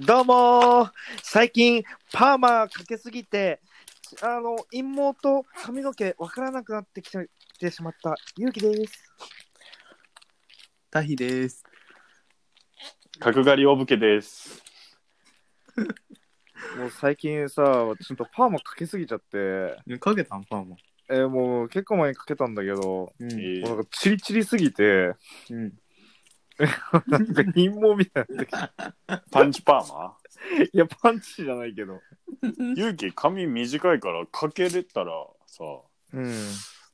どうもー最近パーマかけすぎてあの陰毛と髪の毛わからなくなってきてしまったゆうきですタヒです。角刈りお武家です。もう最近さちょっとパーマかけすぎちゃってかけたんパーマ。えーもう結構前にかけたんだけどもうえん。うなーんかチリチリすぎて うん。なんか陰毛みたいになってきパンチパーマていやパンチじゃないけど勇気髪短いからかけれたらさ、うんい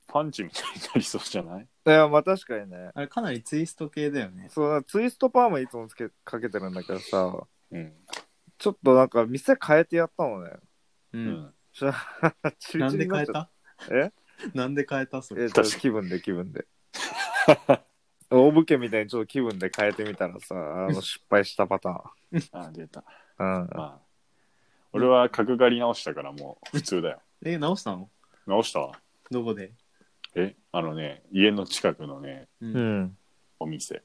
パンチみたいになりそうじゃないやまあ確かにねあれかなりツイスト系だよね。そうツイストパーマいつもつけかけてるんだけどさうん。ちょっとなんか店変えてやったのね う。うんん。じゃあ、チリなチんリでにな変っちゃっえたたえ なんで変えたそえれ。ちょっと気分で気分で。大武家みたいにちょっと気分で変えてみたらさ、あの失敗したパタあ、出た。ーン。うん。まあ。俺は角刈り直したからもう普通だよ。え、直したの直したどこでえ、あのね、家の近くのね、う。うんん。お店。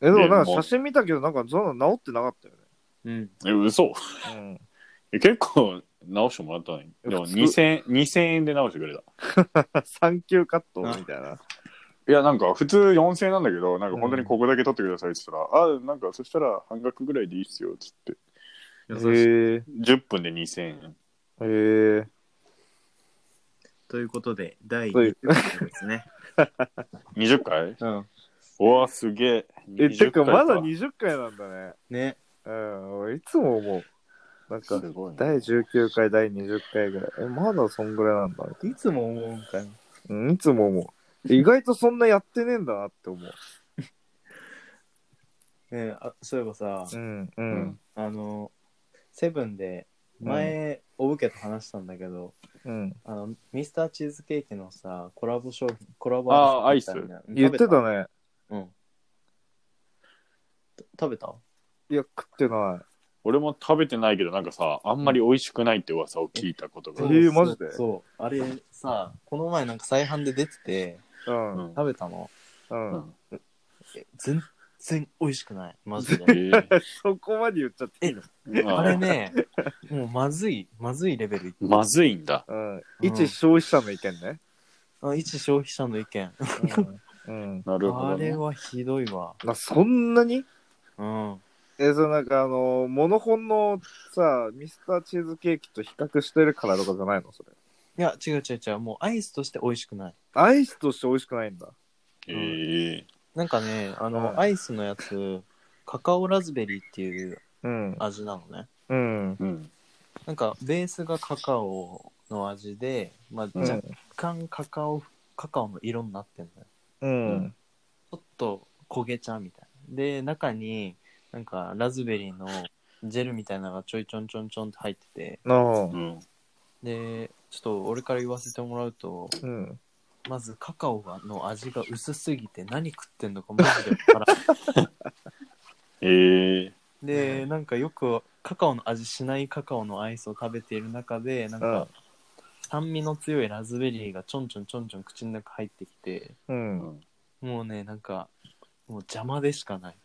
え、でもなんでかも写真見たけど、なんかそんな治ってなかったようん。え、嘘ね。え結構直してもらったのに。でも普通2000円、2000円で直してくれた。うん。 産休カットみたいな。いや、なんか普通4000円なんだけど、なんか本当にここだけ取ってくださいって言ったら、あ、なんかそしたら半額ぐらいでいいっすよ、つって。へ優しい。え。 10分で2000円。へえ。ということで、第そうい2う回で すね。 20回うん。うわ、すげえ。え、てかまだ20 20回なんだね。ね。うん。俺いつも思う。なん回かか。、すごいね。第19回、第20回ぐらい。え、まだそんぐらいなんだ。いつも思うんかよ。うん、いつも思う。意外とそんなやってねえんだなって思う。ねあそういえばさ、うん、ううんん。。あの、セブンで、前、お武家と話したんだけど、うん。あの、ミスターチーズケーキのさ、コラボ商品、コラボあーみたいな言ってた。うん食べね。うん。た食べたいや、食ってない。俺も食べてないけど、なんかさ、あんまり美味しくないって噂を聞いたことえがそあうる。ーマジでそうそうあれさこの前なんか再販で出ててうん。うん食べたのうん。え全然美味しくないマジえ でーそこまで言っちゃっていいのあれねもうまずいまずいレベルまずいんだ。うん。ん一消費者の意見ね。あ一消費者の意見うん。なるほあど、れね。はひどいわまあ、そんなにうんえ、そのなんかあの、モノホンのさ、ミスターチーズケーキと比較してるからとかじゃないのそれ。いや違う違う違うもうアイスとして美味しくないアイスとして美味しくないんだ。えーなんかねあの、はいアイスのやつカカオラズベリーっていううん。味なのねうん。うん。なんかベースがカカオの味で、まあ、うん若干カカオカカオの色になってんだようん。ちょっと焦げ茶みたいな。で、中になんかラズベリーのジェルみたいなのがちょいちょんちょんちょんって入ってて、のうん。で、ちょっと俺から言わせてもらうと、うん。まずカカオがの味が薄すぎて何食ってんのかマジでわからんえー で、なんかよくカカオの味しないカカオのアイスを食べている中で、なんうんか酸味の強いラズベリーがちょんちょんちょんちょん口の中入ってきて、う。うんん。もうね、なんかもう邪魔でしかない。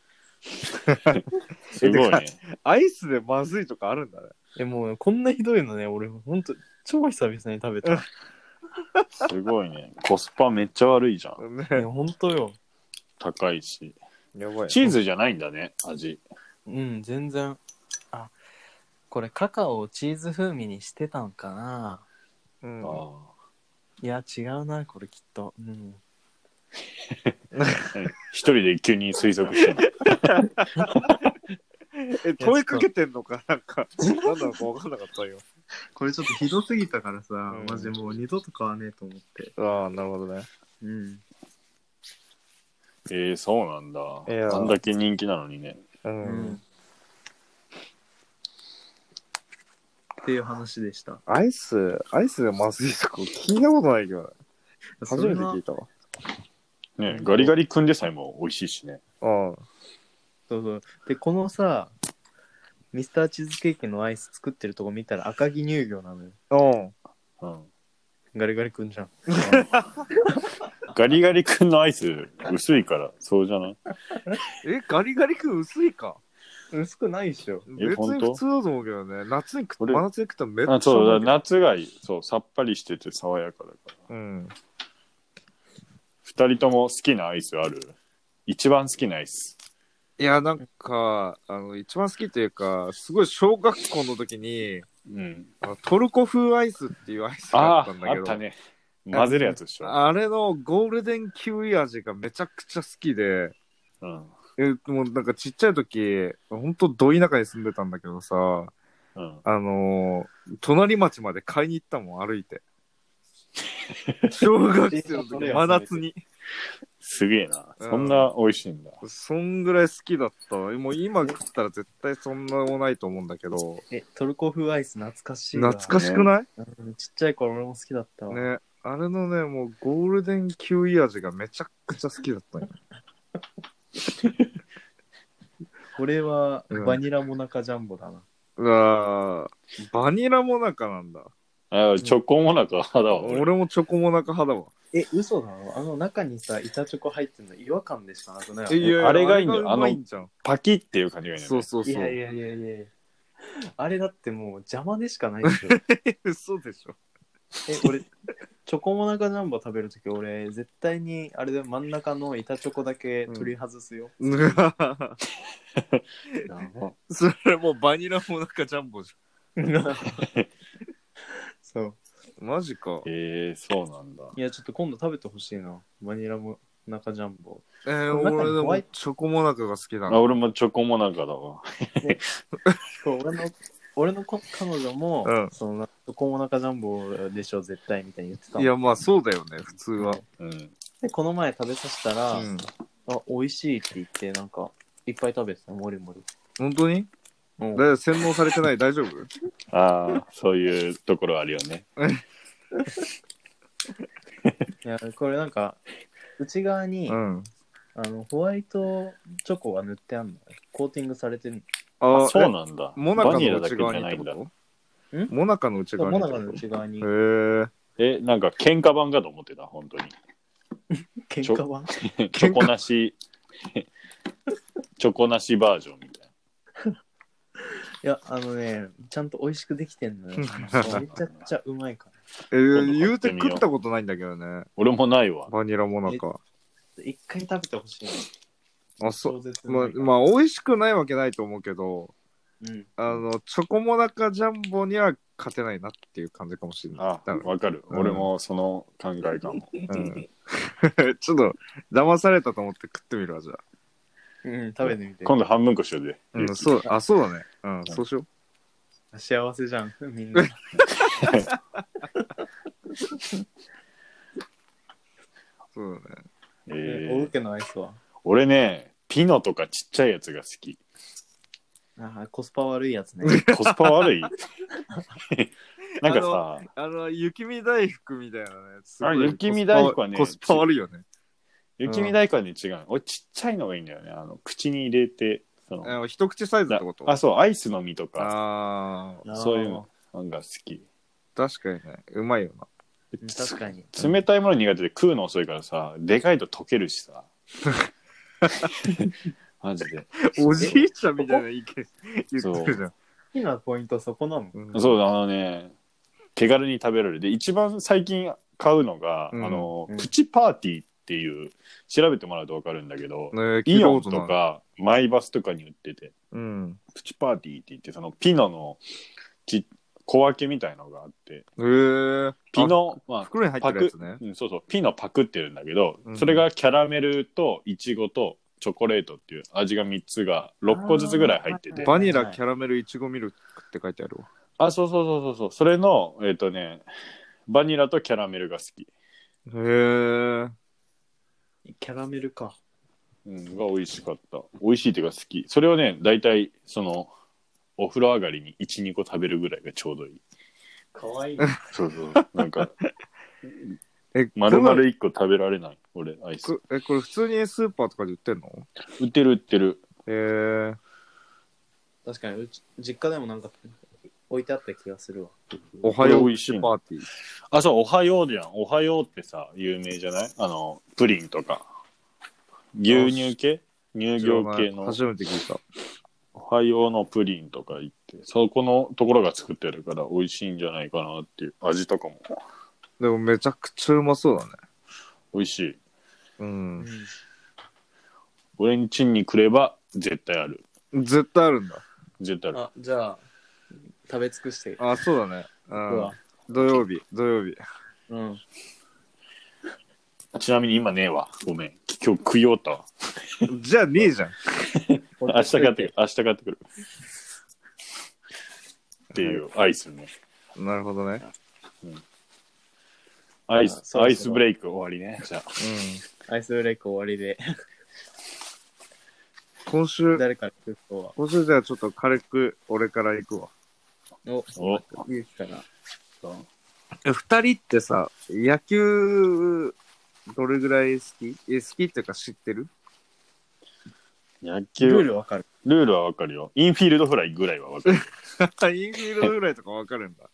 すごいね。アイスでまずいとかあるんだね。え、もうこんなひどいのね、俺ほんと超久々に食べた。すごいね。コスパめっちゃ悪いじゃん。ね、ね。本当よ。高いし。やばい。チーズじゃないんだね、味。うん、全然。あ、これカカオをチーズ風味にしてたんかなうん。あいや、違うな、これきっと。うん。あ。一人で急に推測してる。え、問いかけてんのか、なんか、なんだかわかんなかったよ。これちょっとひどすぎたからさ、んマジもう二度と買わねえと思って。ああ、なるほどね。うん。えー、そうなんだ。いやーあんだけ人気なのにね。う。うんっていう話でした。アイス、アイスでまずいとこ聞いたことないけどね、初めて聞いたわ。ねガリガリ君でさえも美味しいしね。うん。そうそう。で、このさ、ミスターチーズケーキのアイス作ってるとこ見たら赤城乳業なのよ。うん。うん。ガリガリくんじゃん。ガリガリ君のアイス薄いからそうじゃないえ、ガリガリ君薄いか 薄くないでしょ。え別本に当普通だと思うけどね。夏に食っ俺真夏に食ったらめっちゃあそうだうまいけど夏がいいそうさっぱりしてて爽やかだからうん。二人とも好きなアイスある一番好きなアイスいや、なんか、あの、一番好きというか、すごい小学校の時に、うんあのトルコ風アイスっていうアイスがあっあたんだけああど、ったね混ぜるやつでしょ、あれのゴールデンキウイ味がめちゃくちゃ好きで、うんえもうなんかちっちゃい時、ほんとど田舎に住んでたんだけどさ、うん、あのー隣町まで買いに行ったもん、歩いて。小学生の時、真夏に。すげえなうんそんな美味しいんだ、そんぐらい好きだった。もう今食ったら絶対そんなもないと思うんだけど、え、トルコ風アイス懐かしいわ。懐かしくないうんちっちゃい頃俺も好きだったわ。ね、あれのね、もうゴールデンキウイ味がめちゃくちゃ好きだったんよ。俺はうんバニラモナカジャンボだな。うわーバニラモナカなんだ。あチョコモナカだわ俺俺もチョコモナカ派だわ。え、嘘だろあの中にさ、板チョコ入ってんの違和感でしかなくないいやいやあれがいいんだあよれがうまいんじゃん。パキっていう感じがいいねそうそうそう。いやい やいやいやあれだってもう邪魔でしかないでしょ。嘘でしょ。 え、俺、チョコモナカジャンボ食べるとき、俺、絶対に、あれで真ん中の板チョコだけ取り外すよ。うわダメそれもうバニラモナカジャンボじ そう。ゃん。マジか。えー、そうなんだいや、ちょっと今度食べてほしいな。バニラも中ジャンボ。えー、中に俺でホワもイトチョコモナカが好きだあな。俺もチョコモナカだわそう俺の、俺のこ彼女も、うんその、チョコモナカジャンボでしょ、絶対、みたいに言ってたのいや、まあそうだよね、普通は。うんで、この前食べさせたら、うん。あ、美味しいって言って、なんか、いっぱい食べてた、もりもり。本当にうんだ洗脳されてない大丈夫ああそういうところあるよねいや、これなんか、内側に、うん。あの、ホワイトチョコが塗ってあんのよ。コーティングされてるああそうえなんだモナカバニのラだ内けじゃ側にっなていんこだとんモナカの内の。側モにってナカこのと内側にへ、ーえなんか喧嘩版かと思ってた本当に喧嘩版チョコなし チョコなしバージョンみたいいや、あのね、ちゃんと美味しくできてんのよ。めちゃくちゃうまいかえら。ー、言うて食ったことないんだけどね。俺もないわバニラモナカ。一回食べてほしいな。あ、そ超絶う。うままあ、いからまあ、美味しくないわけないと思うけど、うん。あの、チョコモナカジャンボには勝てないなっていう感じかもしれない。あだからわかる、うん俺もその考えかもうん ちょっと、騙されたと思って食ってみるわ、じゃあ。うん、食べてみて。今度半分こしようぜ、うん、そう、あ、そうだね。うん、そうしよう。幸せじゃん、みんな。そうだね。えおー受けのアイスは。俺ねピノとかちっちゃいやつが好きああ、コスパ悪いやつね。コスパ悪 いなんかさあの、雪見大福みたいなね。すごいあ雪見大福はねコスパ悪いよね。雪見大根に違う、俺ちっちゃいのがいいんだよねあの口に入れてそのあの一口サイズってことあそうアイスの実とかあー そういうのが好き確かにね。うまいよな。 うん確かに。冷たいもの苦手で食うの遅いからさでかいと溶ける しさマジでおじいちゃんみたいな意見言ってるじゃん。好きなポイントそこなの。うんそうだあのね手軽に食べられるで一番最近買うのが、うんあのうんプチパーティーっていう調べてもらうと分かるんだけど、ね聞いイたオンことないとかマイバスとかに売っててうん。プチパーティーって言ってそのピノのち小分けみたいのがあってへえ。ピノまああ。袋に入ってるやつね。うん、そうそう、ピノパクってるんだけど、うんそれがキャラメルとイチゴとチョコレートっていう味が3つが6個ずつぐらい入ってて。あーあバニラ、キャラメル、いちごミルクって書いてあるわ。そうそうそうそうそう。それの、えっ、とね、バニラとキャラメルが好き。へえ。キャラメルか。うん、が美味しかった。美味しいっていうか好き。それをね、大体、その、お風呂上がりに1、2個食べるぐらいがちょうどいい。かわ いい。そうそう。なんか、え、丸々こ1個食べられない。俺、アイス。れえ、これ普通にスーパーとかで売ってんの売ってる売ってる。へえ。確かに、うち実家でもなんか置いてあった気がするわ。おはようこれ美味しいのパーティー。あ、そう、おはようじゃん。おはようってさ、有名じゃないあの、プリンとか。牛乳系乳業系の初めて聞いた。おハイオのプリンとか行って、そこのところが作ってるから美味しいんじゃないかなっていう味とかもでもめちゃくちゃうまそうだね。美味しい。ううんん。俺んちに来れば絶対ある。絶対あるんだ。絶対ある。あ、じゃあ、食べ尽くして。あ、そうだね。う僕はん。土曜日、土曜日。 うん。ちなみに今ねえわ。ごめん。今日食い終わったわ。じゃあねえじゃん。っ明日買ってく る。明日買ってくる。っていうアイスね。なるほどね。アイスあ、そうそうアイスブレイク終わりね。じゃあ。うん。アイスブレイク終わりで、今週、誰から食う人は。今週じゃあちょっと軽く俺から行くわ。お、おゆうきから。え、二人ってさ、野球、どれぐらい好きえ、好きっていうか知って る野球、ルールールルわかる。はわかるよ。インフィールドフライぐらいはわかる。インフィールドぐらいとかわかるんだ。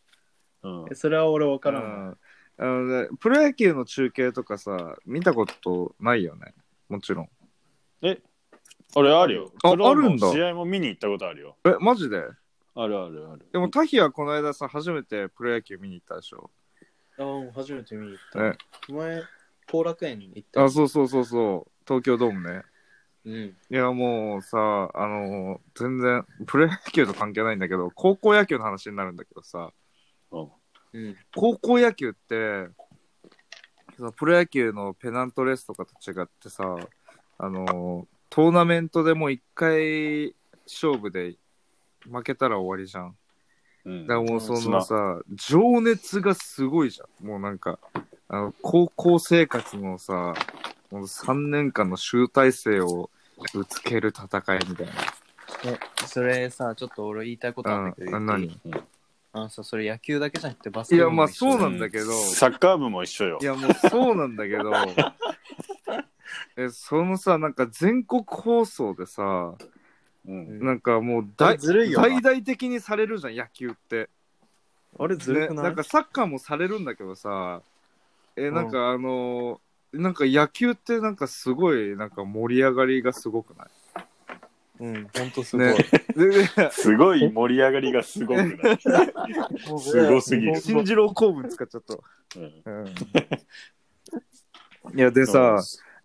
うんえ、それは俺わからんわ。ん。あのね、プロ野球の中継とかさ、見たことないよね。もちろん。俺あるよ。あプロのあるんだ試合も見に行ったことあるよ。え、マジであるあるある。でも、タヒはこの間さ、初めてプロ野球見に行ったでしょ。あ、もう初めて見に行った。ね、お前、後楽園に行った。あ、そうそうそうそう。東京ドームね。うん。いや、もうさ、あのー全然、プロ野球と関係ないんだけど、高校野球の話になるんだけどさ、うんうん。高校野球って、そのプロ野球のペナントレースとかと違ってさ、あのートーナメントでもう一回勝負で負けたら終わりじゃん。うんだからもうそうんのさ、情熱がすごいじゃん。もうなんか、あの、高校生活のさ、もう3年間の集大成をぶつける戦いみたいそれさ、ちょっと俺言いたいことあな。るんうだんけど。あ、言っていい何あのさ、それ野球だけじゃなくてバスいケや、部もまあ一緒そうなんだけど、サッカー部も一緒よい。や、もうそうなんだ けど、え、そのさ、なんか全国放送でさ、うんなんかもう大ずるいよな大々的にされるじゃん、野球って。あれずるくねない、なんかサッカーもされるんだけどさえなんかあのーなんか野球ってなんかすごいなんか盛り上がりがすごくないうん、ほんとすごい。ねでですごい盛り上がりがすごくない。すごすぎる新 次郎公文使っちゃった、うん いやでさ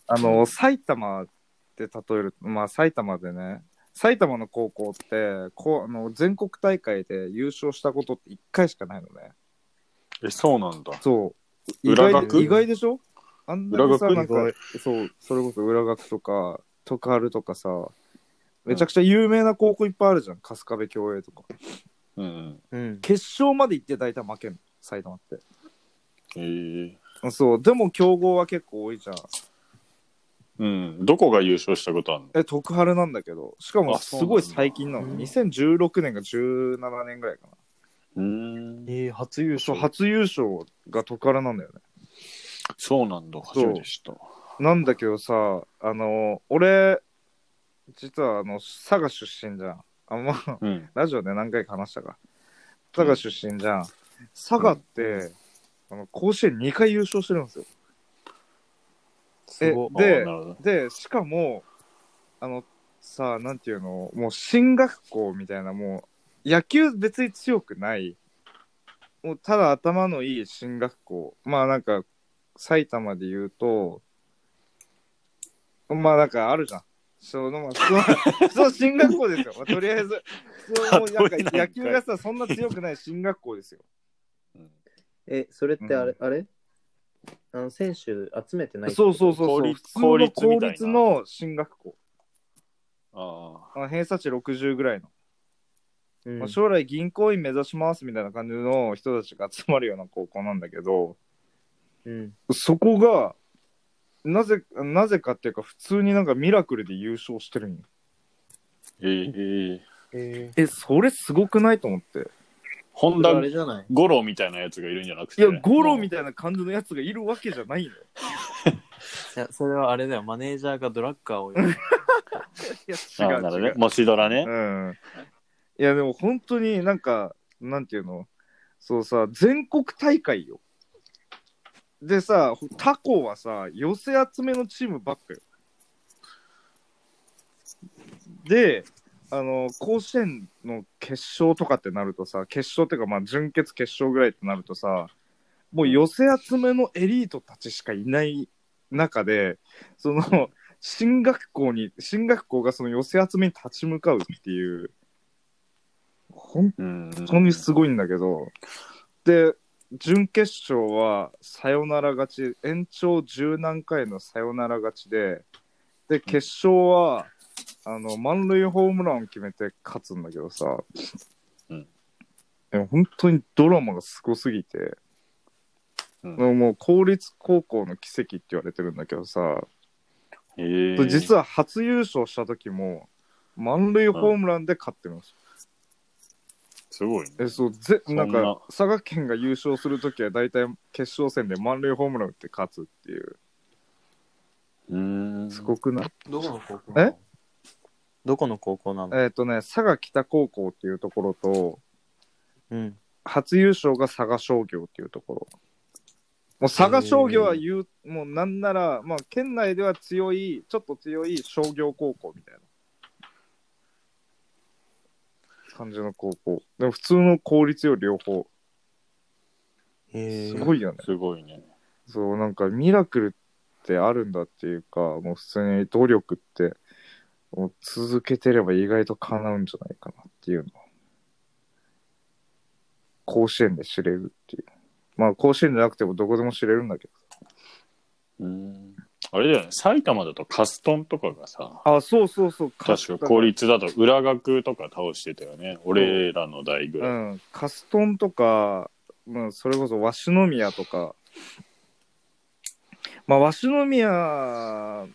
あの埼玉って例えるまあ埼玉でね埼玉の高校ってこうあの全国大会で優勝したことって1回しかないのねえ、そうなんだ。そう。裏学意外で意外でしょあんなにさ、裏学なんか意、そう、それこそ裏学とか、徳春とかさ、めちゃくちゃ有名な高校いっぱいあるじゃん。春日部共栄とか。うん。うん。決勝まで行って大体負けんの、埼玉って。えーそう、でも強豪は結構多いじゃん。うん。どこが優勝したことあるのえ、徳春なんだけど、しかもあすそうなんだごい最近なの。うん2016年が17年ぐらいかな。うん。えー、初優そう、勝。初優勝が徳春なんだよね。そうなんだ。初めて知った。なんだけどさ、あの、俺、実はあの、佐賀出身じゃん。あんまあ、うん。ラジオで何回か話したか。佐賀出身じゃん。佐賀って、あの甲子園2回優勝してるんですよ。すごいえであなるほどで、しかも、あの、さあ、なんていうの、もう進学校みたいな、もう、野球別に強くない、もうただ頭のいい進学校。まあなんか、埼玉で言うと、まあなんかあるじゃん。その、まあ、その、 その進学校ですよ。まあ、とりあえず、その、なんか例えなんか野球がさ、そんな強くない進学校ですよ。うんえ、それってあれ、うあれあの、選手集めてないそうそうそう公そう。立普通の公立みた公いな立の進学校。ああの偏差値60ぐらいの。う。うんまあ、将来銀行員目指しますみたいな感じの人たちが集まるような高校なんだけど、うん。そこが、なぜ、なぜかっていうか、普通になんかミラクルで優勝してるんよ。ー。えー。えー、え、それすごくないと思って。本それあ田れじゃない五郎みたいなやつがいるんじゃなくいて。や、ゴロみたいたいな感じのやつがいるわけじゃないのよ。いや、それはあれだよ。マネージャーがドラッカーをやる。いや、な。あ違なるほうど違ねう。。もしドラね。うん。いや、でも本当になんか、なんていうのそうさ、全国大会よ。でさ、他校はさ、寄せ集めのチームばっかよ。で、あの、甲子園の決勝とかってなるとさ、決勝っていうか、まあ、準決決勝ぐらいってなるとさ、もう寄せ集めのエリートたちしかいない中で、その、進学校に、進学校がその寄せ集めに立ち向かうっていう、本うん。当にすごいんだけど、で、準決勝はサヨナラ勝ち、延長十何回のサヨナラ勝ちで、で、決勝は、あの、満塁ホームランを決めて勝つんだけどさ、うんいや本当にドラマがすごすぎて、うんもう公立高校の奇跡って言われてるんだけどさ、へえ実は初優勝した時も、満塁ホームランで勝ってるんですよすごいね。えそうぜんななんか佐賀県が優勝するときは大体決勝戦で満塁ホームラン打って勝つっていううん。すごくない、どこの高校なえのどこの高校なのえっ、とね佐賀北高校っていうところとうん。初優勝が佐賀商業っていうところもう佐賀商業は言う、もうなんなら、まあ、県内では強いちょっと強い商業高校みたいな感じの高校でも普通の公立より両方へすえ。ごいよねすごいね。そう、なんかミラクルってあるんだっていうか、もう普通に努力って、もう続けてれば意外と叶うんじゃないかなっていうのを。甲子園で知れるっていう。まあ甲子園じゃなくてもどこでも知れるんだけど。うん。あれだよね、埼玉だとカストンとかがさ、あ、そうそうそう。確か公立だと裏学とか倒してたよね。俺らの代ぐうらい。ん。カストンとか、まあそれこそ鷲宮とか。まあ鷲宮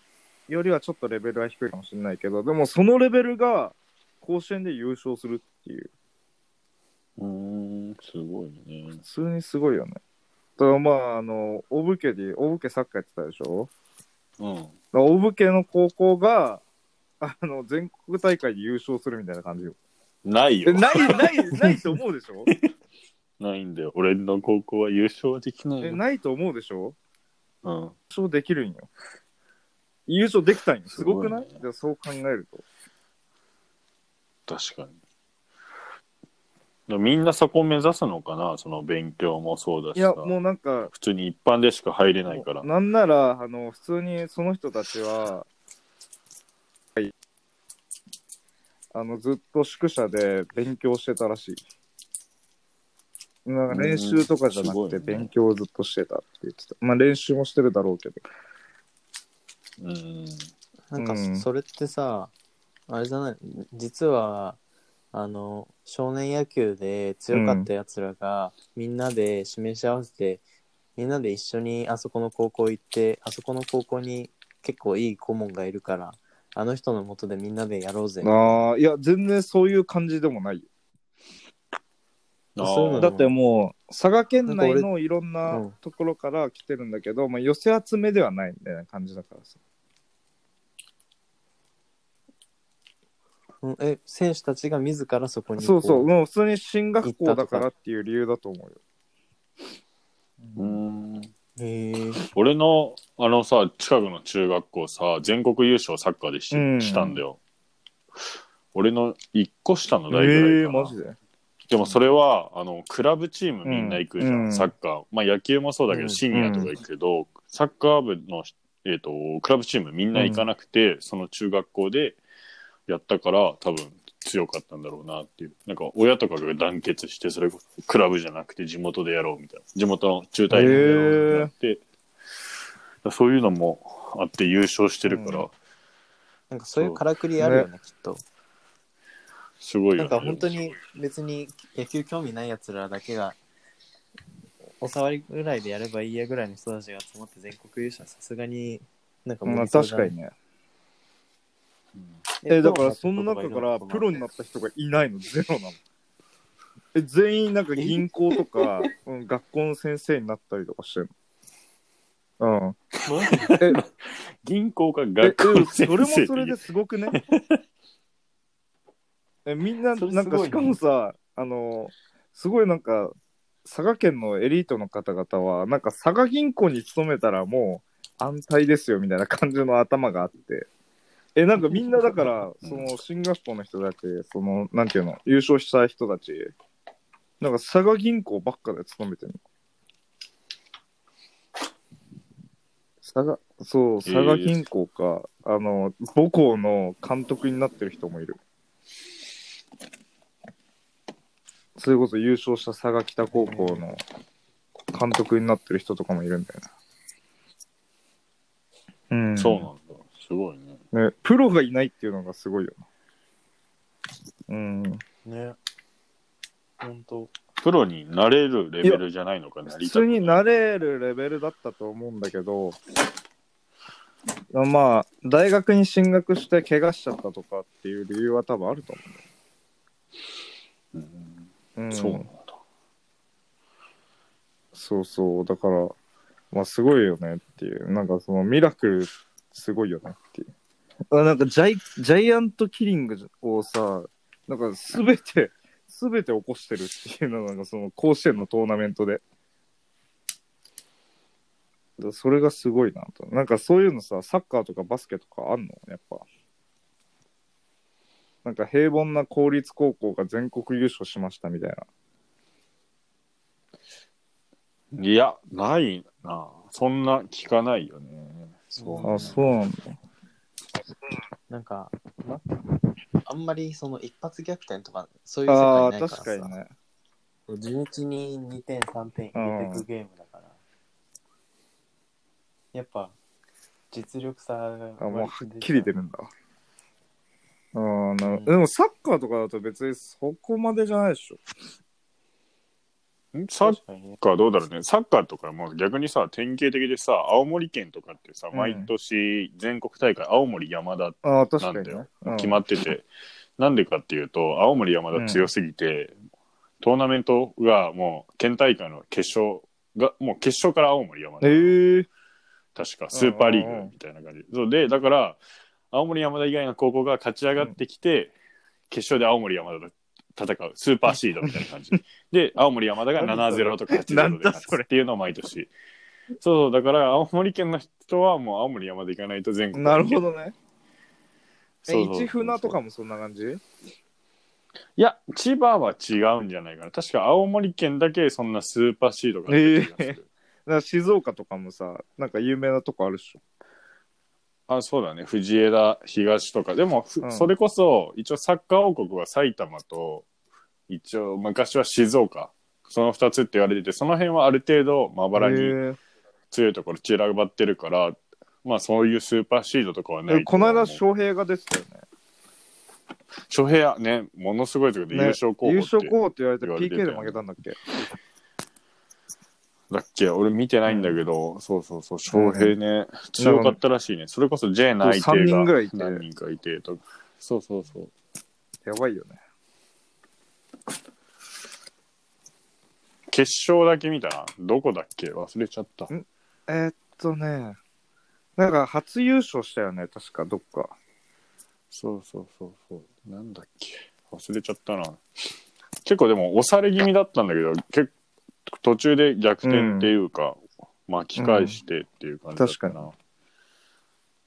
よりはちょっとレベルは低いかもしれないけど、でもそのレベルが甲子園で優勝するっていう。うん、すごいね。普通にすごいよね。だからまあ、あの、大武家で、大武家サッカーやってたでしょうん。だから大武家の高校が、あの、全国大会で優勝するみたいな感じよ。ないえよ。ない、ない、ないと思うで しょないんだよ。俺の高校は優勝はできないえ、よ。ないと思うでしょうん。優勝できるんよ。優勝できたんよ。すごくないすごいねじゃあそう考えると。確かに。でもみんなそこを目指すのかなその勉強もそうだいしや、さ。もうなんか、普通に一般でしか入れないから。なんなら、あの、普通にその人たちは、はいあの、ずっと宿舎で勉強してたらしい。なんか練習とかじゃなうんくすごていね勉強をずっとしてたって言ってた。まあ練習もしてるだろうけど。うん。なんかうんそれってさ、あれじゃない実はあの少年野球で強かったやつらが、みんなで示し合わせてみんなで一緒にあそこの高校行ってあそこの高校に結構いい顧問がいるからあの人のもとでみんなでやろうぜああ、いや、全然そういう感じでもないよ。あそういうのーだってもう、佐賀県内なんかのいろんうなんところから来てるんだけど、まあ寄せ集めではないみたいな感じだからさ。うんえ選手たちが自らそこにそうそう、こもう普通に進学校だからっていう理由だと思うよ。うんうへえ俺のあのさ近くの中学校さ全国優勝サッカーでし,、うんしたんだよ俺の一個下の代ぐらいかなええー、マジで。でもそれはあのクラブチームみんな行くじゃん、うんサッカーまあ野球もそうだけうんどシニアとか行くけど、サッカー部の、えー、とクラブチームみんな行かなくて、その中学校でやったから多分強かったんだろうなっていうなんか親とかが団結してそれこそクラブじゃなくて地元でやろうみたいな地元の中大でやろうってなって、だからそういうのもあって優勝してるから、うなんかそういうからくりあるよねきっとすごいよねなんか本当に別に野球興味ないやつらだけがお触りぐらいでやればいいやぐらいの人たちが集まって全国優勝はさすがになんかまうあ確かにね。え、だからその中からプロになった人がいないの、 ゼロなの。え、全員なんか銀行とか、うん、学校の先生になったりとかしてるの。うん。え、銀行がえ、え学校の先生それもそれにですご くね。え、みんな、それなんすかごいねしかもさ、あの、すごいなんか、佐賀県のエリートの方々は、なんか佐賀銀行に勤めたらもう安泰ですよみたいな感じの頭があって、え、なんかみんなだから、その、進学校の人たち、その、なんていうの、優勝した人たち、なんか佐賀銀行ばっかで勤めてるの。佐賀、そう、佐賀銀行か、あの、母校の監督になってる人もいる。それこそ優勝した佐賀北高校の監督になってる人とかもいるんだよな。うん。そうなんだ。すごいね。ね、プロがいないっていうのがすごいよな。うん。ね。本当。プロになれるレベルじゃないのか、な普りたく通にないなれるレベルだったと思うんだけど、まあ、大学に進学して怪我しちゃったとかっていう理由は多分あると思うんう。うん、そうなんだ。そうそう。だから、まあすごいよねっていう。なんかそのミラクルすごいよねっていう。あなんかジャイジャイアントキリングをさ、なんかすべて、すべて起こしてるっていうのが、なんかその甲子園のトーナメントで。だそれがすごいなと。なんかそういうのさ、サッカーとかバスケとかあんのやっぱ。なんか平凡な公立高校が全国優勝しましたみたいな。いや、ないな。そんな聞かないよね。そうねあ、そうなんだ。なんか、まあんまりその一発逆転とか、そういう世ああー、界ない確かからにさ。ね。地道に2点、3点入れていくゲームだから。やっぱ、実力差が。あ、もうはっきり出る。るんだ。ああ、なるうんでもサッカーとかだと別にそこまでじゃないでしょ。サッ確かにね。カーどうだろうね。サッカーとかも逆にさ、典型的でさ、青森県とかってさ、うん毎年全国大会、青森山田ああ、確なかんにだねよ。。決まっってて。なんでかっていうと、青森山田強すぎて、トーナメントがもう県大会の決勝が、もう決勝から青森山田。ええ ー。確かスーパーリーグみたいな感じ、そうでだから青森山田以外の高校が勝ち上がってきて、決勝で青森山田と戦うスーパーシードみたいな 感じで青森山田が7-0とか8-0でなんだ勝つっていうのを毎年そうそうだから青森県の人はもう青森山田行かないと全国なるほどどね。そえ、うそうそう一船とかもそんな感じいや千葉は違うんじゃないかな確か青森県だけそんなスーパーシードがあった気がする、な静岡とかもさ、なんか有名なとこあるでしょ。あそうだね藤枝東とかでも、ふうんそれこそ一応サッカー王国は埼玉と一応昔は静岡その2つって言われててその辺はある程度まばらえに強いところ散らばってるから、まあそういうスーパーシードとかはないえこの間、翔翔平が出てたよね。平ねものすごいところでね優勝候補優って、勝候補って言われて言われてた PK よでね負けたんだっけだっけ俺見てないんだけど、そうそうそう翔平ね、強かったらしいねそれこそ J 内そう三定人がぐらいいて何人かいてとかそうそうそうやばいよね。決勝だけ見たなどこだっけ忘れちゃったえーっとね、なんか初優勝したよね、確かどっか。そうそうそうそう。なんだっけ。忘れちゃったな。結構でも押され気味だったんだけど、結構途中で逆転っていうか、巻き返してっていう感じだったな。うん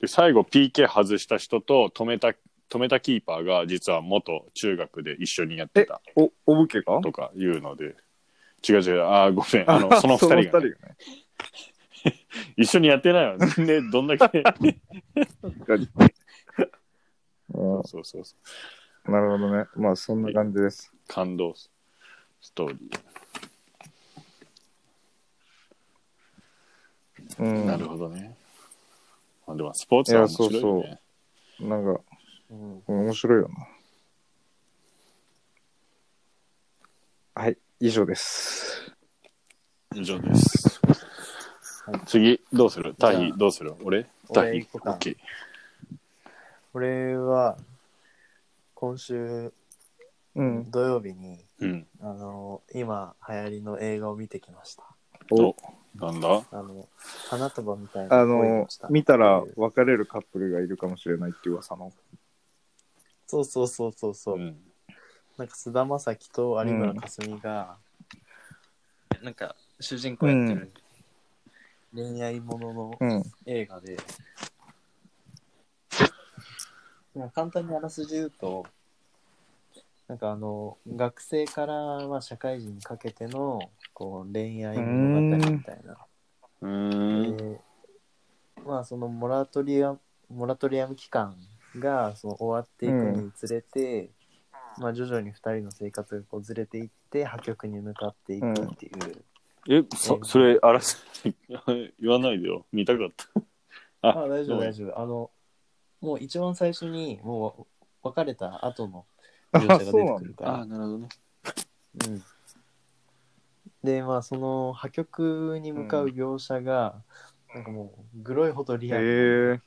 で、最後 PK 外した人と止めた、止めたキーパーが実は元中学で一緒にやってたお、おぶけかとかいうので、違う違う、ああ、ご めん、あの、その二人がね、ね一緒にやってない わ。で、どんだけ。そうそうそう。なるほどね。まあ、そんな感じです。感動ストーリー。うん。なるほどね。まあ、でもスポーツは面白いよね。いやそうなんか、うん。面白いよな。はい、以上です。以上です。はい次、どうするタじヒゃ、あどうする俺タ俺ヒ行、オこうかッケー。俺は、今週うん。土曜日に、うん。あの、今流行りの映画を見てきました。お、なんだあの、花束みたいなあ恋のをした、見たら別れるカップルがいるかもしれないっていう噂の。そうそうそうそうそうう。ん。なんか菅田将暉と有村架純が、なんか主人公やってる、恋愛もののうん。映画で、まあ簡単にあらすじ言うと、なんかあの、学生からまあ社会人にかけてのこう恋愛物語みたいな。うーん。でまあそのモラトリアムモラトリアム期間がその終わっていくにつれて、まあ、徐々に2人の生活がこうずれていって破局に向かっていくっていう、え、そそれ、あらす言わないでよ。見たかった。あ大丈夫うん大丈夫あのもう一番最初にもう別れた後のあ描写が出てくるからあ、なるほどね。うん、でまあその破局に向かう描写が、なんかもうグロいほどリアルなへえ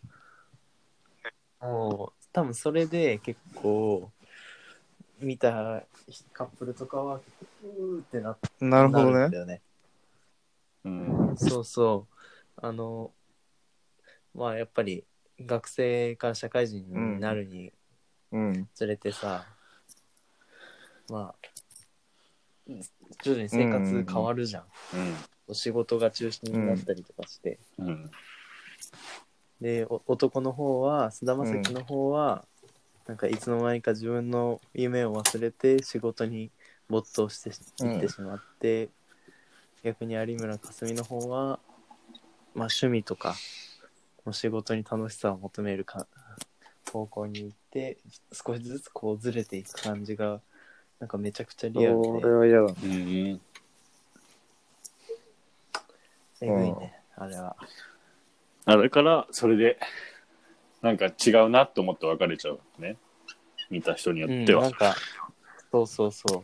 もう多分それで結構見たカップルとかはうーってなってー、なるほどんねだ。よね。うん。そうそうあのまあやっぱり学生から社会人になるにうん。つれてさ、まあ徐々に生活変わるじゃん、お仕事が中心になったりとかして、うん。うん。でお男の方は菅田将暉の方は、なんかいつの間にか自分の夢を忘れて仕事に没頭していってしまって、逆に有村架純の方は、まあ、趣味とかもう仕事に楽しさを求めるか方向に行って少しずつこうずれていく感じがなんかめちゃくちゃリアルそれでは嫌だね。うん。えぐいねあれは。あだから、それで、なんか違うなって思って別れちゃうね。見た人によってうん、なはん。かそうそうそ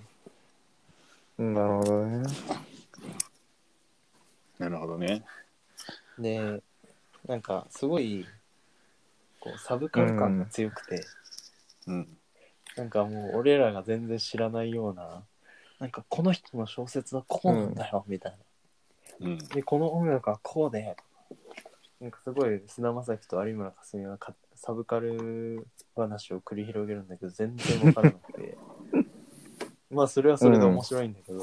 うなるほどね。なるほどね。でなんかすごいこうサブカル感が強くて、うん。なんかもう俺らが全然知らないようななんかこの人の小説はこうなんだよみたいな、うん。でこの音楽はこうでなんかすごい菅田将暉と有村架純はかサブカル話を繰り広げるんだけど全然わからなくて まあそれはそれで面白いんだけど、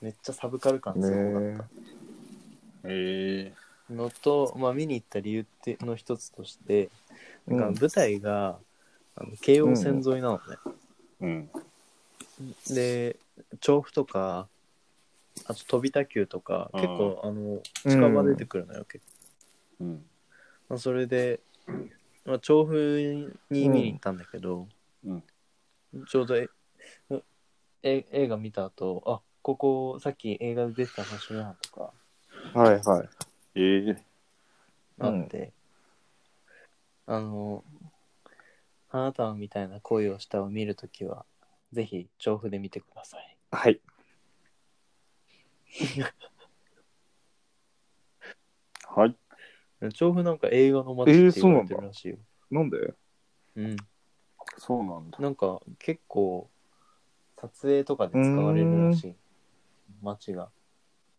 めっちゃサブカル感すごかった。ねえのと、まあ、見に行った理由っての一つとして、うんなんか舞台があの京王線沿いなのね、えうん。で調布とかあと飛田急とかうん結構あの近場出てくるのよ、結構うん。まあ、それで、まあ、調布に見に行ったんだけど、うんちょうどええ映画見た後あここさっき映画で出てた場所やんとかはいはい。ええあって、あの、あなたはみたいな恋をしたを見るときは、ぜひ調布で見てください。はい。はい。調布なんか映画の街えーって言われてるらしいよ。なんでうん。そうなんだ。なんか結構、撮影とかで使われるらしい。街が。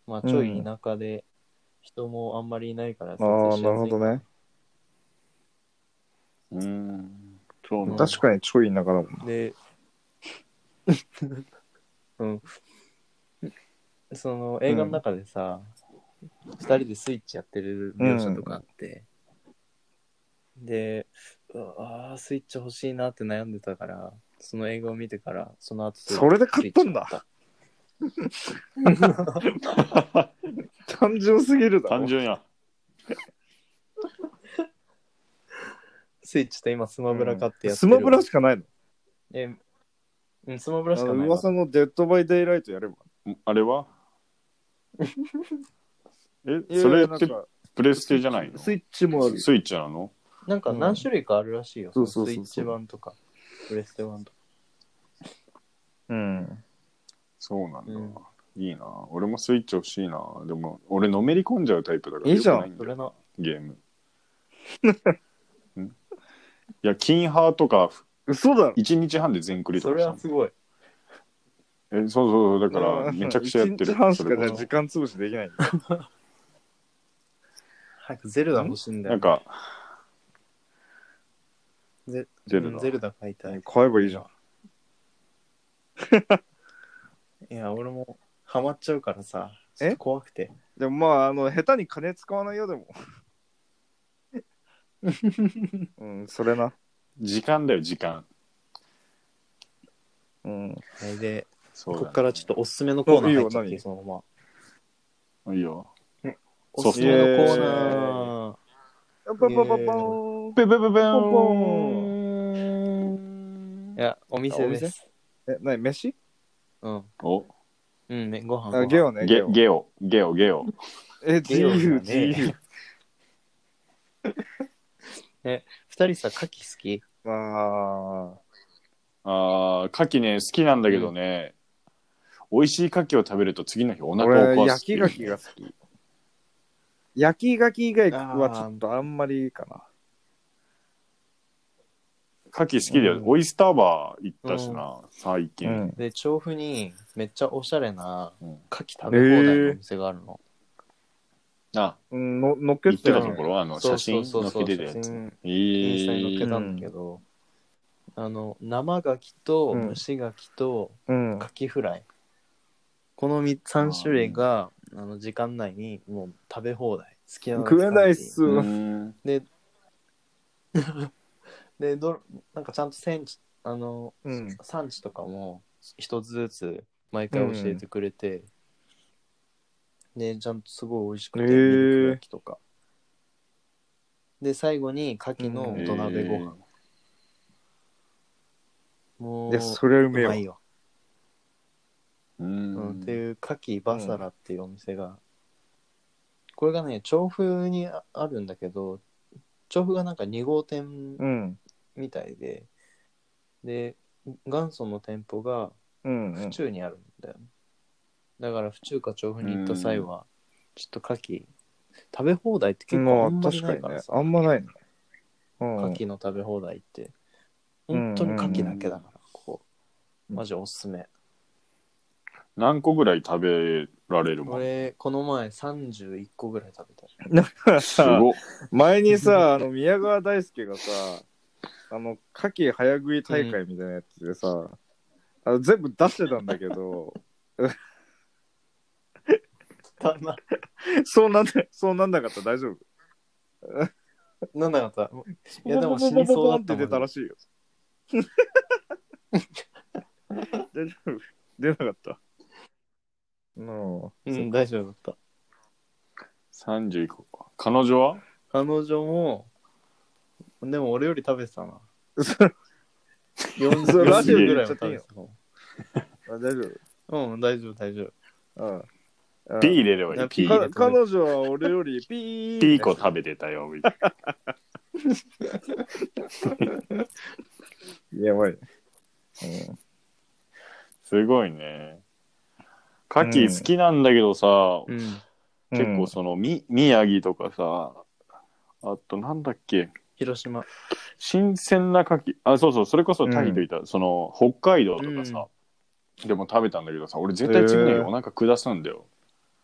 まあ、ちょい田舎で、人もあんまりいないからあ撮あ影ー、しなやるほすいどね。うん。そうなんだ。確かにちょい田舎だもんな。 で、うん。その映画の中でさ、二人でスイッチやってる描写とかあって、で、うわあー、スイッチ欲しいなって悩んでたから、その映画を見てから、その後すぐそれで買ったんだスイッチ単純すぎるだろ。 単純や。 スイッチと今スマブラ買ってやってスるわ、マブラしかないのえ、うん、スマブラしあかのないわ。噂のデッドバイデイライトやれば。あれ はえ、いやいやそれっなんてかプレステじゃないのスイッチもある。スイッチなのなんか何種類かあるらしいよ。うんそのそうスイそうそうそうッチ版とか、プレステ版とか。うん。そうなんだ。うんいいな。俺もスイッチ欲しいな。でも、俺のめり込んじゃうタイプだから。いいじゃん良くなそだれよの、ゲーム。 んいや、金ハーとか、嘘だろ。 1日半で全クリとそかれしたもはんすごい。えそうそうそう、だから、めちゃくちゃやって1日。る半しそかれじゃあこそ時間潰しできない。早くゼルダ欲しいんだよ。なんか、ゼゼうルんダゼ。ルダ買いたい。買えばいいじゃん。いや、俺もハマっちゃうからさ、えちょっと怖くて。 でもまあ、あの、下手に金使わないよ、でも。うん、それな。時間だよ、時間。うん。えで、そうだねここからちょっとおすすめのコーナー入っちゃっおいいていよいそのまま。いいよ。おソすフすトめののパコーナー。コーナーパパパーンペペペペンポいや、お店です。え、なに、飯うん。おうん、ねご飯。あ、ゲオ。オね。ゲゲオゲオゲオえ、自ゲオ由、だ自ね由。二人さ、牡蠣好きまあ、ああ牡蠣ね好きなんだけどね、美味しい牡蠣を食べると次の日お腹を俺、壊焼すってきいう牡蠣が好き。焼き牡蠣以外はちょっとあんまりいいかな。牡蠣好きだよ、うんオイスターバー行ったしな、最う近、ん。で、調布にめっちゃおしゃれなうん牡蠣食べ放題のお店があるの。あうん、の乗っけ行っててたたねところあのそ写うそ真うそう載っけてたやそうつ写うんえインスタに載っけー、たんだけど、あの、生牡蠣とうん蒸し牡蠣とうん。牡蠣フライ。この3種類が、あの、時間内にもう食べ放題。好きなの食えないっす。ううんで、で、ど、なんかちゃんと産地、あの、ん。産地とかも一つずつ毎回教えてくれて、で、ちゃんとすごい美味しくて、へミールク焼きとか。で、最後に牡蠣の土鍋ご飯。もう、いや、それはうめえうまわい。よ。ううん、っんていう牡蠣バサラっていうお店が、これがね、調布にああるんだけど、調布がなんか2号店うん。みたいで、で、元祖の店舗がうん。うん府中にあるんだよね。だから府中か調布に行った際は、ちょっと牡蠣、食べ放題って結構まああんま確りなかいにからねさ、あんまないねうん牡蠣の食べ放題って、うん本当に牡蠣だけだから、ここ、マジおすすめ。何個ぐらい食べられるもん俺、この前31個ぐらい食べた。 すごっ前にさあの宮川大輔がさあの牡蠣早食い大会みたいなやつでさ、あの全部出してたんだけ どたな、そうなんだそうなんなかった大丈夫なんだかった。いやでも死にそうだっポンポンポンポンポンってたもん出たらしいよ大丈夫出なかったのうん、大丈夫だった。 31個か彼女は彼女も、でも俺より食べてたな。 それラジオでぐぐららいいは食べてあ大丈うん、大丈夫、大丈夫。夫うんうんピー入れればいいあピー入れ入かて彼女は俺よりピーピーコ食べてたよみたいやばい、なすごいね牡蠣好きなんだけどさ、うん。うん結構その、み宮城とかさあとなんだっけ広島。新鮮な牡蠣あそうそうそれこそタヒといた、その北海道とかさ、でも食べたんだけどさ俺絶対次の日へーお腹下すんだよ、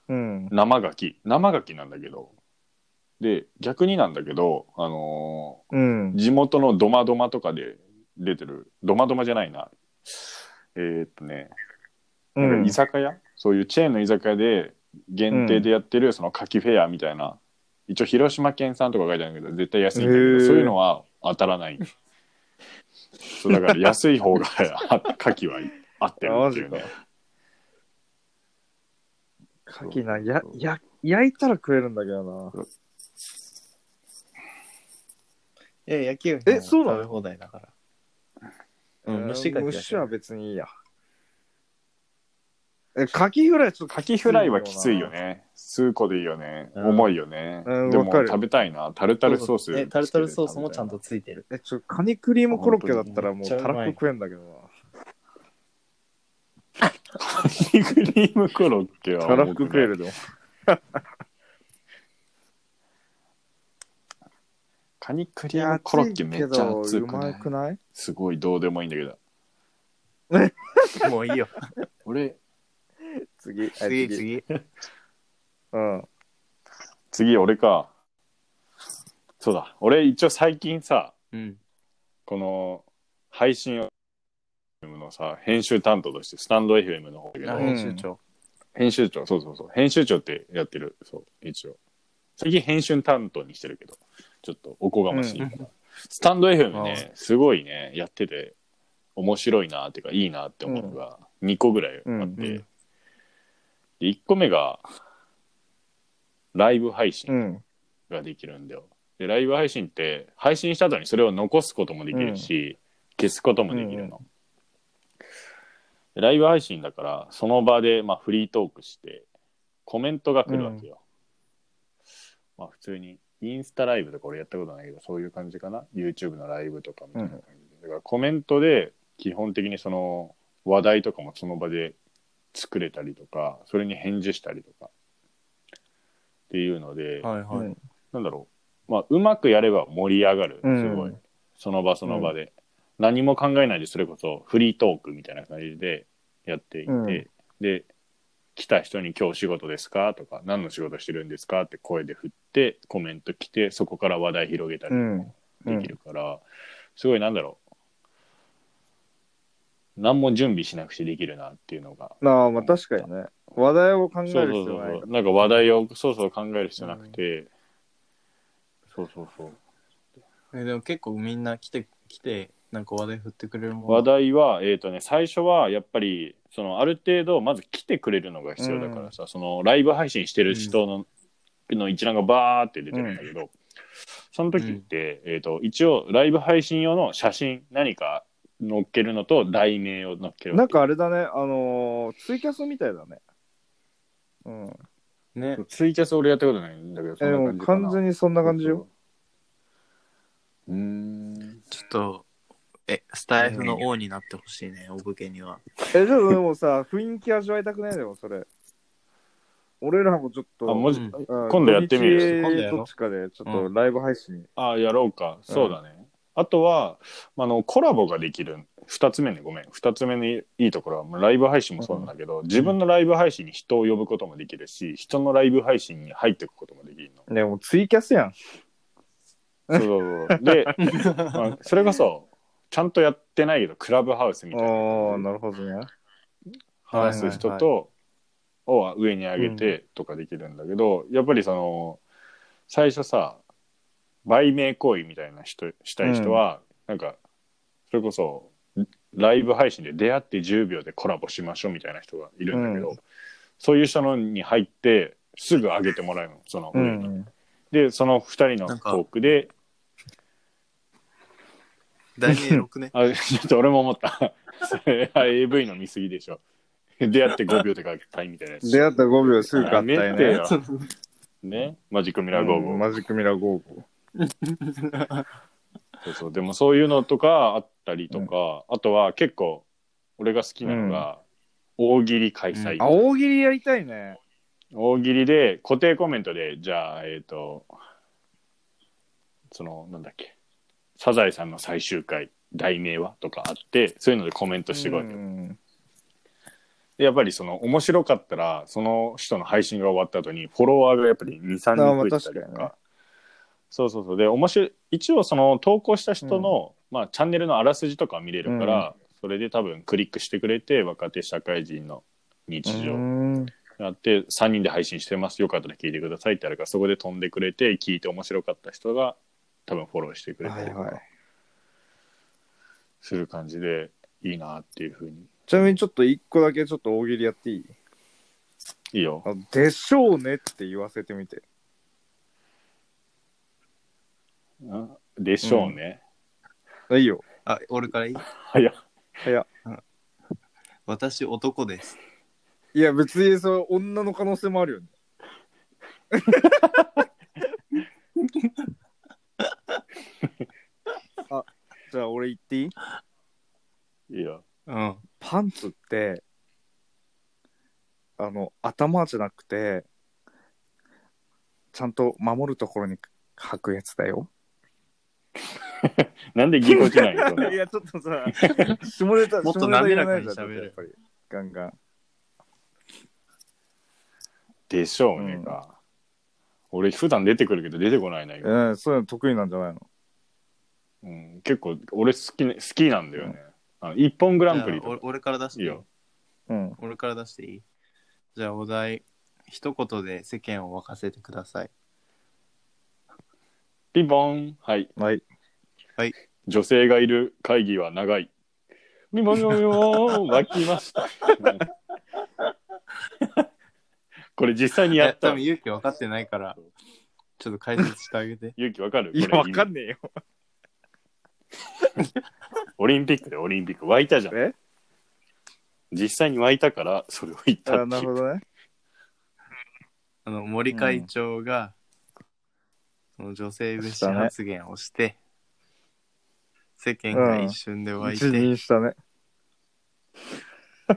うん生牡蠣生牡蠣なんだけどで逆になんだけどあのうんー地元のドマドマとかで出てるドマドマじゃないなえーっとねなんか居酒屋、そういうチェーンの居酒屋で限定でやってるその牡蠣フェアみたいな、一応広島県産とか書いてあるんだけど絶対安いんだけど、へーそういうのは当たらないそうだ から安い方があ牡蠣は合ってるっていうね牡蠣な、や、や、焼いたら食えるんだけどえ、野球えそうなの食べ放題だから。な。うん、虫がえー嫌いだ虫は別にいいや。え、牡蠣フライちょっと牡蠣フライはきついよ。ね数個でいいよね、うん重いよね、うんでもわかる食べたいなタルタルソースえ、タルタルソースもちゃんとついてる。え、ちょ、カニクリームコロッケだったらもうめっちゃうたまいらふく食えんだけど牡蠣クリームコロッケな。はたらふく食えるでも。カニクリームコロッケめっちゃ熱うくなまいくないすごいどうでもいいんだけどもういいよ。俺次、はい次、。次。うん。次俺かそうだ俺一応最近さうん。この配信をのさ編集担当としてスタンド FM の方だけど、あうん編集長。編集長そうそうそう編集長ってやってるそう一応最近編集担当にしてるけどちょっとおこがましい。うんスタンド FM ね、すごいね、やってて、面白いなっていうか、いいなって思うのが、2個ぐらいあって、うんうんで1個目が、ライブ配う信ん。ができるんだよ。で、ライブ配信って、配信した後にそれを残すこともできるし、消すこともできるの。うんうんでライブ配信だから、その場で、まあ、フリートークして、コメントが来るわけよ。まあ普通に、インスタライブとか俺やったことないけど、そういう感じかな。YouTube のライブとかみたいな感じで。だからコメントで、基本的にその話題とかもその場で作れたりとか、それに返事したりとか。っていうので、はいはういん。なんだろう。まあうまくやれば盛り上がる。うんすごい。その場その場で。何も考えないで、それこそフリートークみたいな感じでやっていて、うんで、来た人に今日仕事ですかとか、何の仕事してるんですかって声で振って、コメント来て、そこから話題広げたりうん。できるから、すごいなんだろう。何も準備しなくてできるなっていうのが。なあ、まあ確かにね。話題を考えそうるそう必そ。要ないうなんか話題をそうそう考える必要なくて、そうそうそう。えでも結構みんな来て、来て、なんか話題振ってくれるもん。話題は、えーとね、最初はやっぱりそのある程度まず来てくれるのが必要だからさ、そのライブ配信してる人の,、の一覧がバーって出てるんだけど、その時って、えー、と一応ライブ配信用の写真何か載っけるのと題名を載っけるなんかあれだね、あのーツイキャスみたいだね。うん。ね。ツイキャス俺やったことないんだけどえ、そでんなも感じかな完全にそんな感じよ。うーんちょっと、え、スタイフの王になってほしいね、お武家には。え、ちょっとでもさ、雰囲気味わいたくないでも、それ。俺らもちょっあと、もしうんうん今度やってみる土日今度やろうどっちかで、ちょっとライブ配信。あやろうか。そうだね。あとは、あの、コラボができる。二つ目ね、ごめん。二つ目のいいところは、まあライブ配信もそうなんだけど、自分のライブ配信に人を呼ぶこともできるし、人のライブ配信に入っていくこともできるの。ね、もうツイキャスやん。そうそうそう。で、まあそれこそ、ちゃんとやってないけど、クラブハウスみあたいな あー、感じでなるほどね。話す人はいはいと、をは上に上げてとかできるんだけど、やっぱりその、最初さ、売名行為みたいな人、したい人は、なんか、それこそ、ライブ配信で出会って10秒でコラボしましょうみたいな人がいるんだけど、うそういう人のに入って、すぐ上げてもらうの、そのう上に。ん。で、その2な人のんかトークで、題名6ね。あ、ちょっと俺も思った。 それは AV の見過ぎでしょ。出会って5秒で合体みたいなやつ。出会った5秒すぐ合体やめてねよ。ね、マジックミラーゴーゴーうんマジックミラーゴーゴー。そうそうでもそういうのとかあったりとか、あとは結構俺が好きなのが大喜利開催、うんあ、大喜利やりたいね。大喜利で固定コメントでじゃあえっ、とそのなんだっけ「サザエさんの最終回題名は?」とかあってそういうのでコメントしてくわけ、うんでやっぱりその面白かったらその人の配信が終わった後にフォロワーがやっぱり23あーまあ人増えてたりと確かかにねそうそうそうで面白い一応その投稿した人の、まあ、チャンネルのあらすじとかは見れるから、それで多分クリックしてくれて若手社会人の日常うんやって3人で配信してますよかったら聞いてくださいってあるからそこで飛んでくれて聞いて面白かった人が多分フォローしてくれたはりいとかはい。する感じでいいなっていうふうにちなみにちょっと1個だけちょっと大喜利やっていいいいよあでしょうねって言わせてみて。うんでしょうね、あいいよ。あ、俺からいい早っ早っ私男です。いや、別にその女の可能性もあ るよね。あ、じゃあ俺言っていいいいようん。パンツって、あの、頭じゃなくて、ちゃんと守るところに履くやつだ よ。なんでぎこちないのそんないや、ちょっと さ、下ネタ、もっと下ネタ言わない滑らかにじゃん喋るやっぱり。ガンガン。でしょうねか、俺普段出てくるけど出てこないな、今うん、そういうの得意なんじゃないのうん、結構俺好き,、ね、好きなんだよね、あの一本グランプリじゃあ俺とか俺から出していいいようん。俺から出していいじゃあお題、一言で世間を沸かせてください。ピンポン。はい。はい。女性がいる会議は長い。ピンポンピンポンピンポン。沸きました。 これ実際にややっ多た。分。勇気分かってないから、ちょっと解説してあげて勇気わかるいや、こわれかんねえよ。オリンピックでオリンピック沸いたじゃん。え実際に沸いたから、それを言ったあってなるいうほどね。あの森会長が、その女性蔑視発言をして、世間が一瞬で湧いて、辞任したね。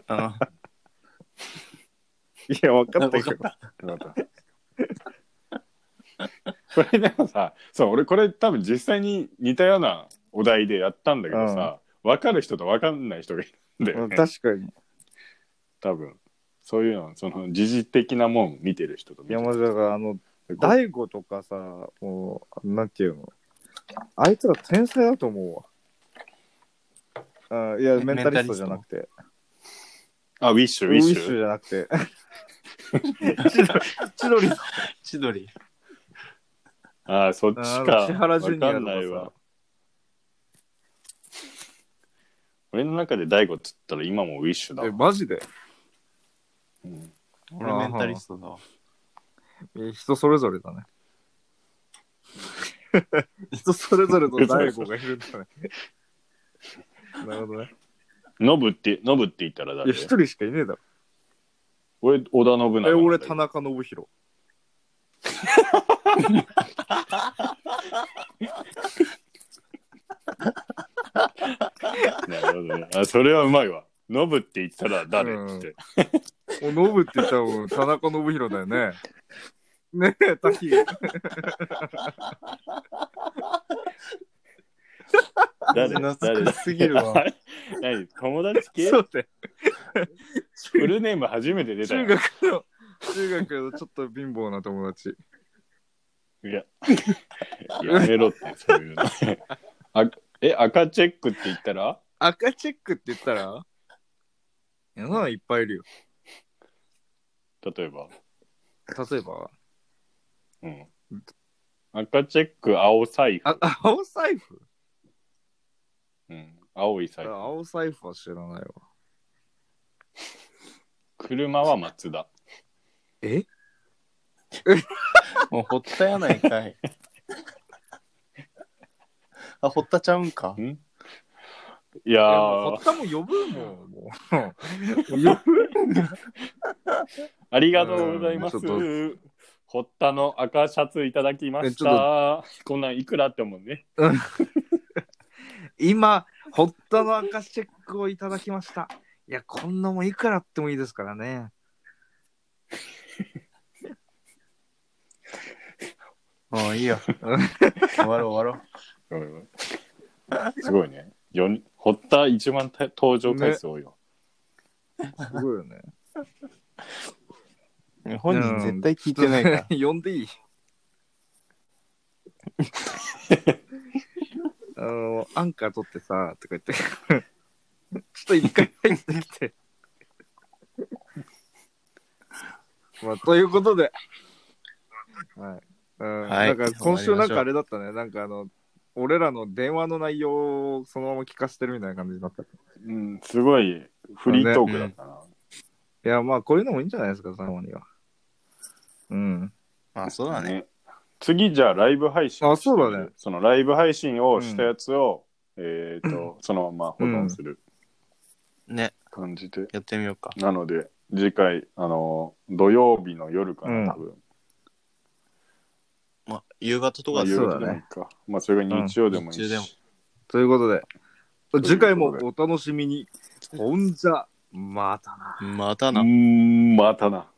あのいや、わかったけど。わかった これでもさ、そう、俺これ多分実際に似たようなお題でやったんだけどさ、わ、かる人とわかんない人がいるんだうよんね。確かに。多分。そういうの、その時事的なもん見てる人と見てる山田が、あの、人大悟とかさ、もう、なんていうのあいつら天才だと思うわ。あいや、メメンタリストじゃなくて。あ、ウィッシュ、ウウィィッッシシュュ。じゃなくて。千鳥の千鳥ああ、そっちあか。の千原ジュわニアかんないとわか。俺の中で大悟っつったら今もウィッシュださ。 え、わ。マジでうん俺メンタリストだわえ人それぞれだ ね。人それぞれの大悟がいるんだね。 なるほどね。ノブって、ノブって言ったらい誰や、一人しかいねえだろ。俺、織田信長。え、俺、田中信弘。なるほどね。あ、それはうまいわ。ノブって言ったら誰って。お、ノブって言ったらもう田中信弘だよ ね。ねえ、滝。誰懐誰かしすぎるわあれ何友達系そうだよ。フルネーム初めて出た中よ。学の、中学のちょっと貧乏な友達。いや、やめろって、そうい うの。あえ、赤チェックって言ったら赤チェックって言ったらいや、なんかいっぱいいるよ。例えば。例えば、うん。赤チェック、青財布。あ、青財布うん、青い財布。青財布は知らないわ。車は松田。えもう堀田やないかい あ堀田ちゃうんかんいいやや、ーもう、たも呼ぶもん。もう呼ぶありがとうございますうんちょっ。堀田の赤シャツいただきまえしちょた。こんなんいくらって思うね。今、ホッタの赤チェックをいただきました。いや、こんなもんいくらあってもいいですからね。もういいよ終わろう終わろすごいね。よん堀田一番た登場回数多いよ。すごいよね。う本人絶対聞いてないから 呼んで いいあの、アンカー取ってさ、とか言って。ちょっと一回入ってきて。まあ、ということで。はい。うん、はいなんか今週なんかあれだったね。なんかあの、俺らの電話の内容をそのまま聞かせてるみたいな感じになった。いうん、すごいフリートークだったな。や、まあ、こういうのもいいんじゃないですか、たまには。うん。まあそうだねね次じゃあライブ配信。あそうだね。そのライブ配信をしたやつを、えっ、と、そのまま保存するね感じで。やってみようかなので、次回、あの、土曜日の夜かうんな、多分。まあ夕方とまあか夕で方夜でもいいか。まあ、それが日曜でもいうんい日し。曜でもということで、いうことで次回もお楽しみに。ほんじゃ、またな。またう、なんまたな。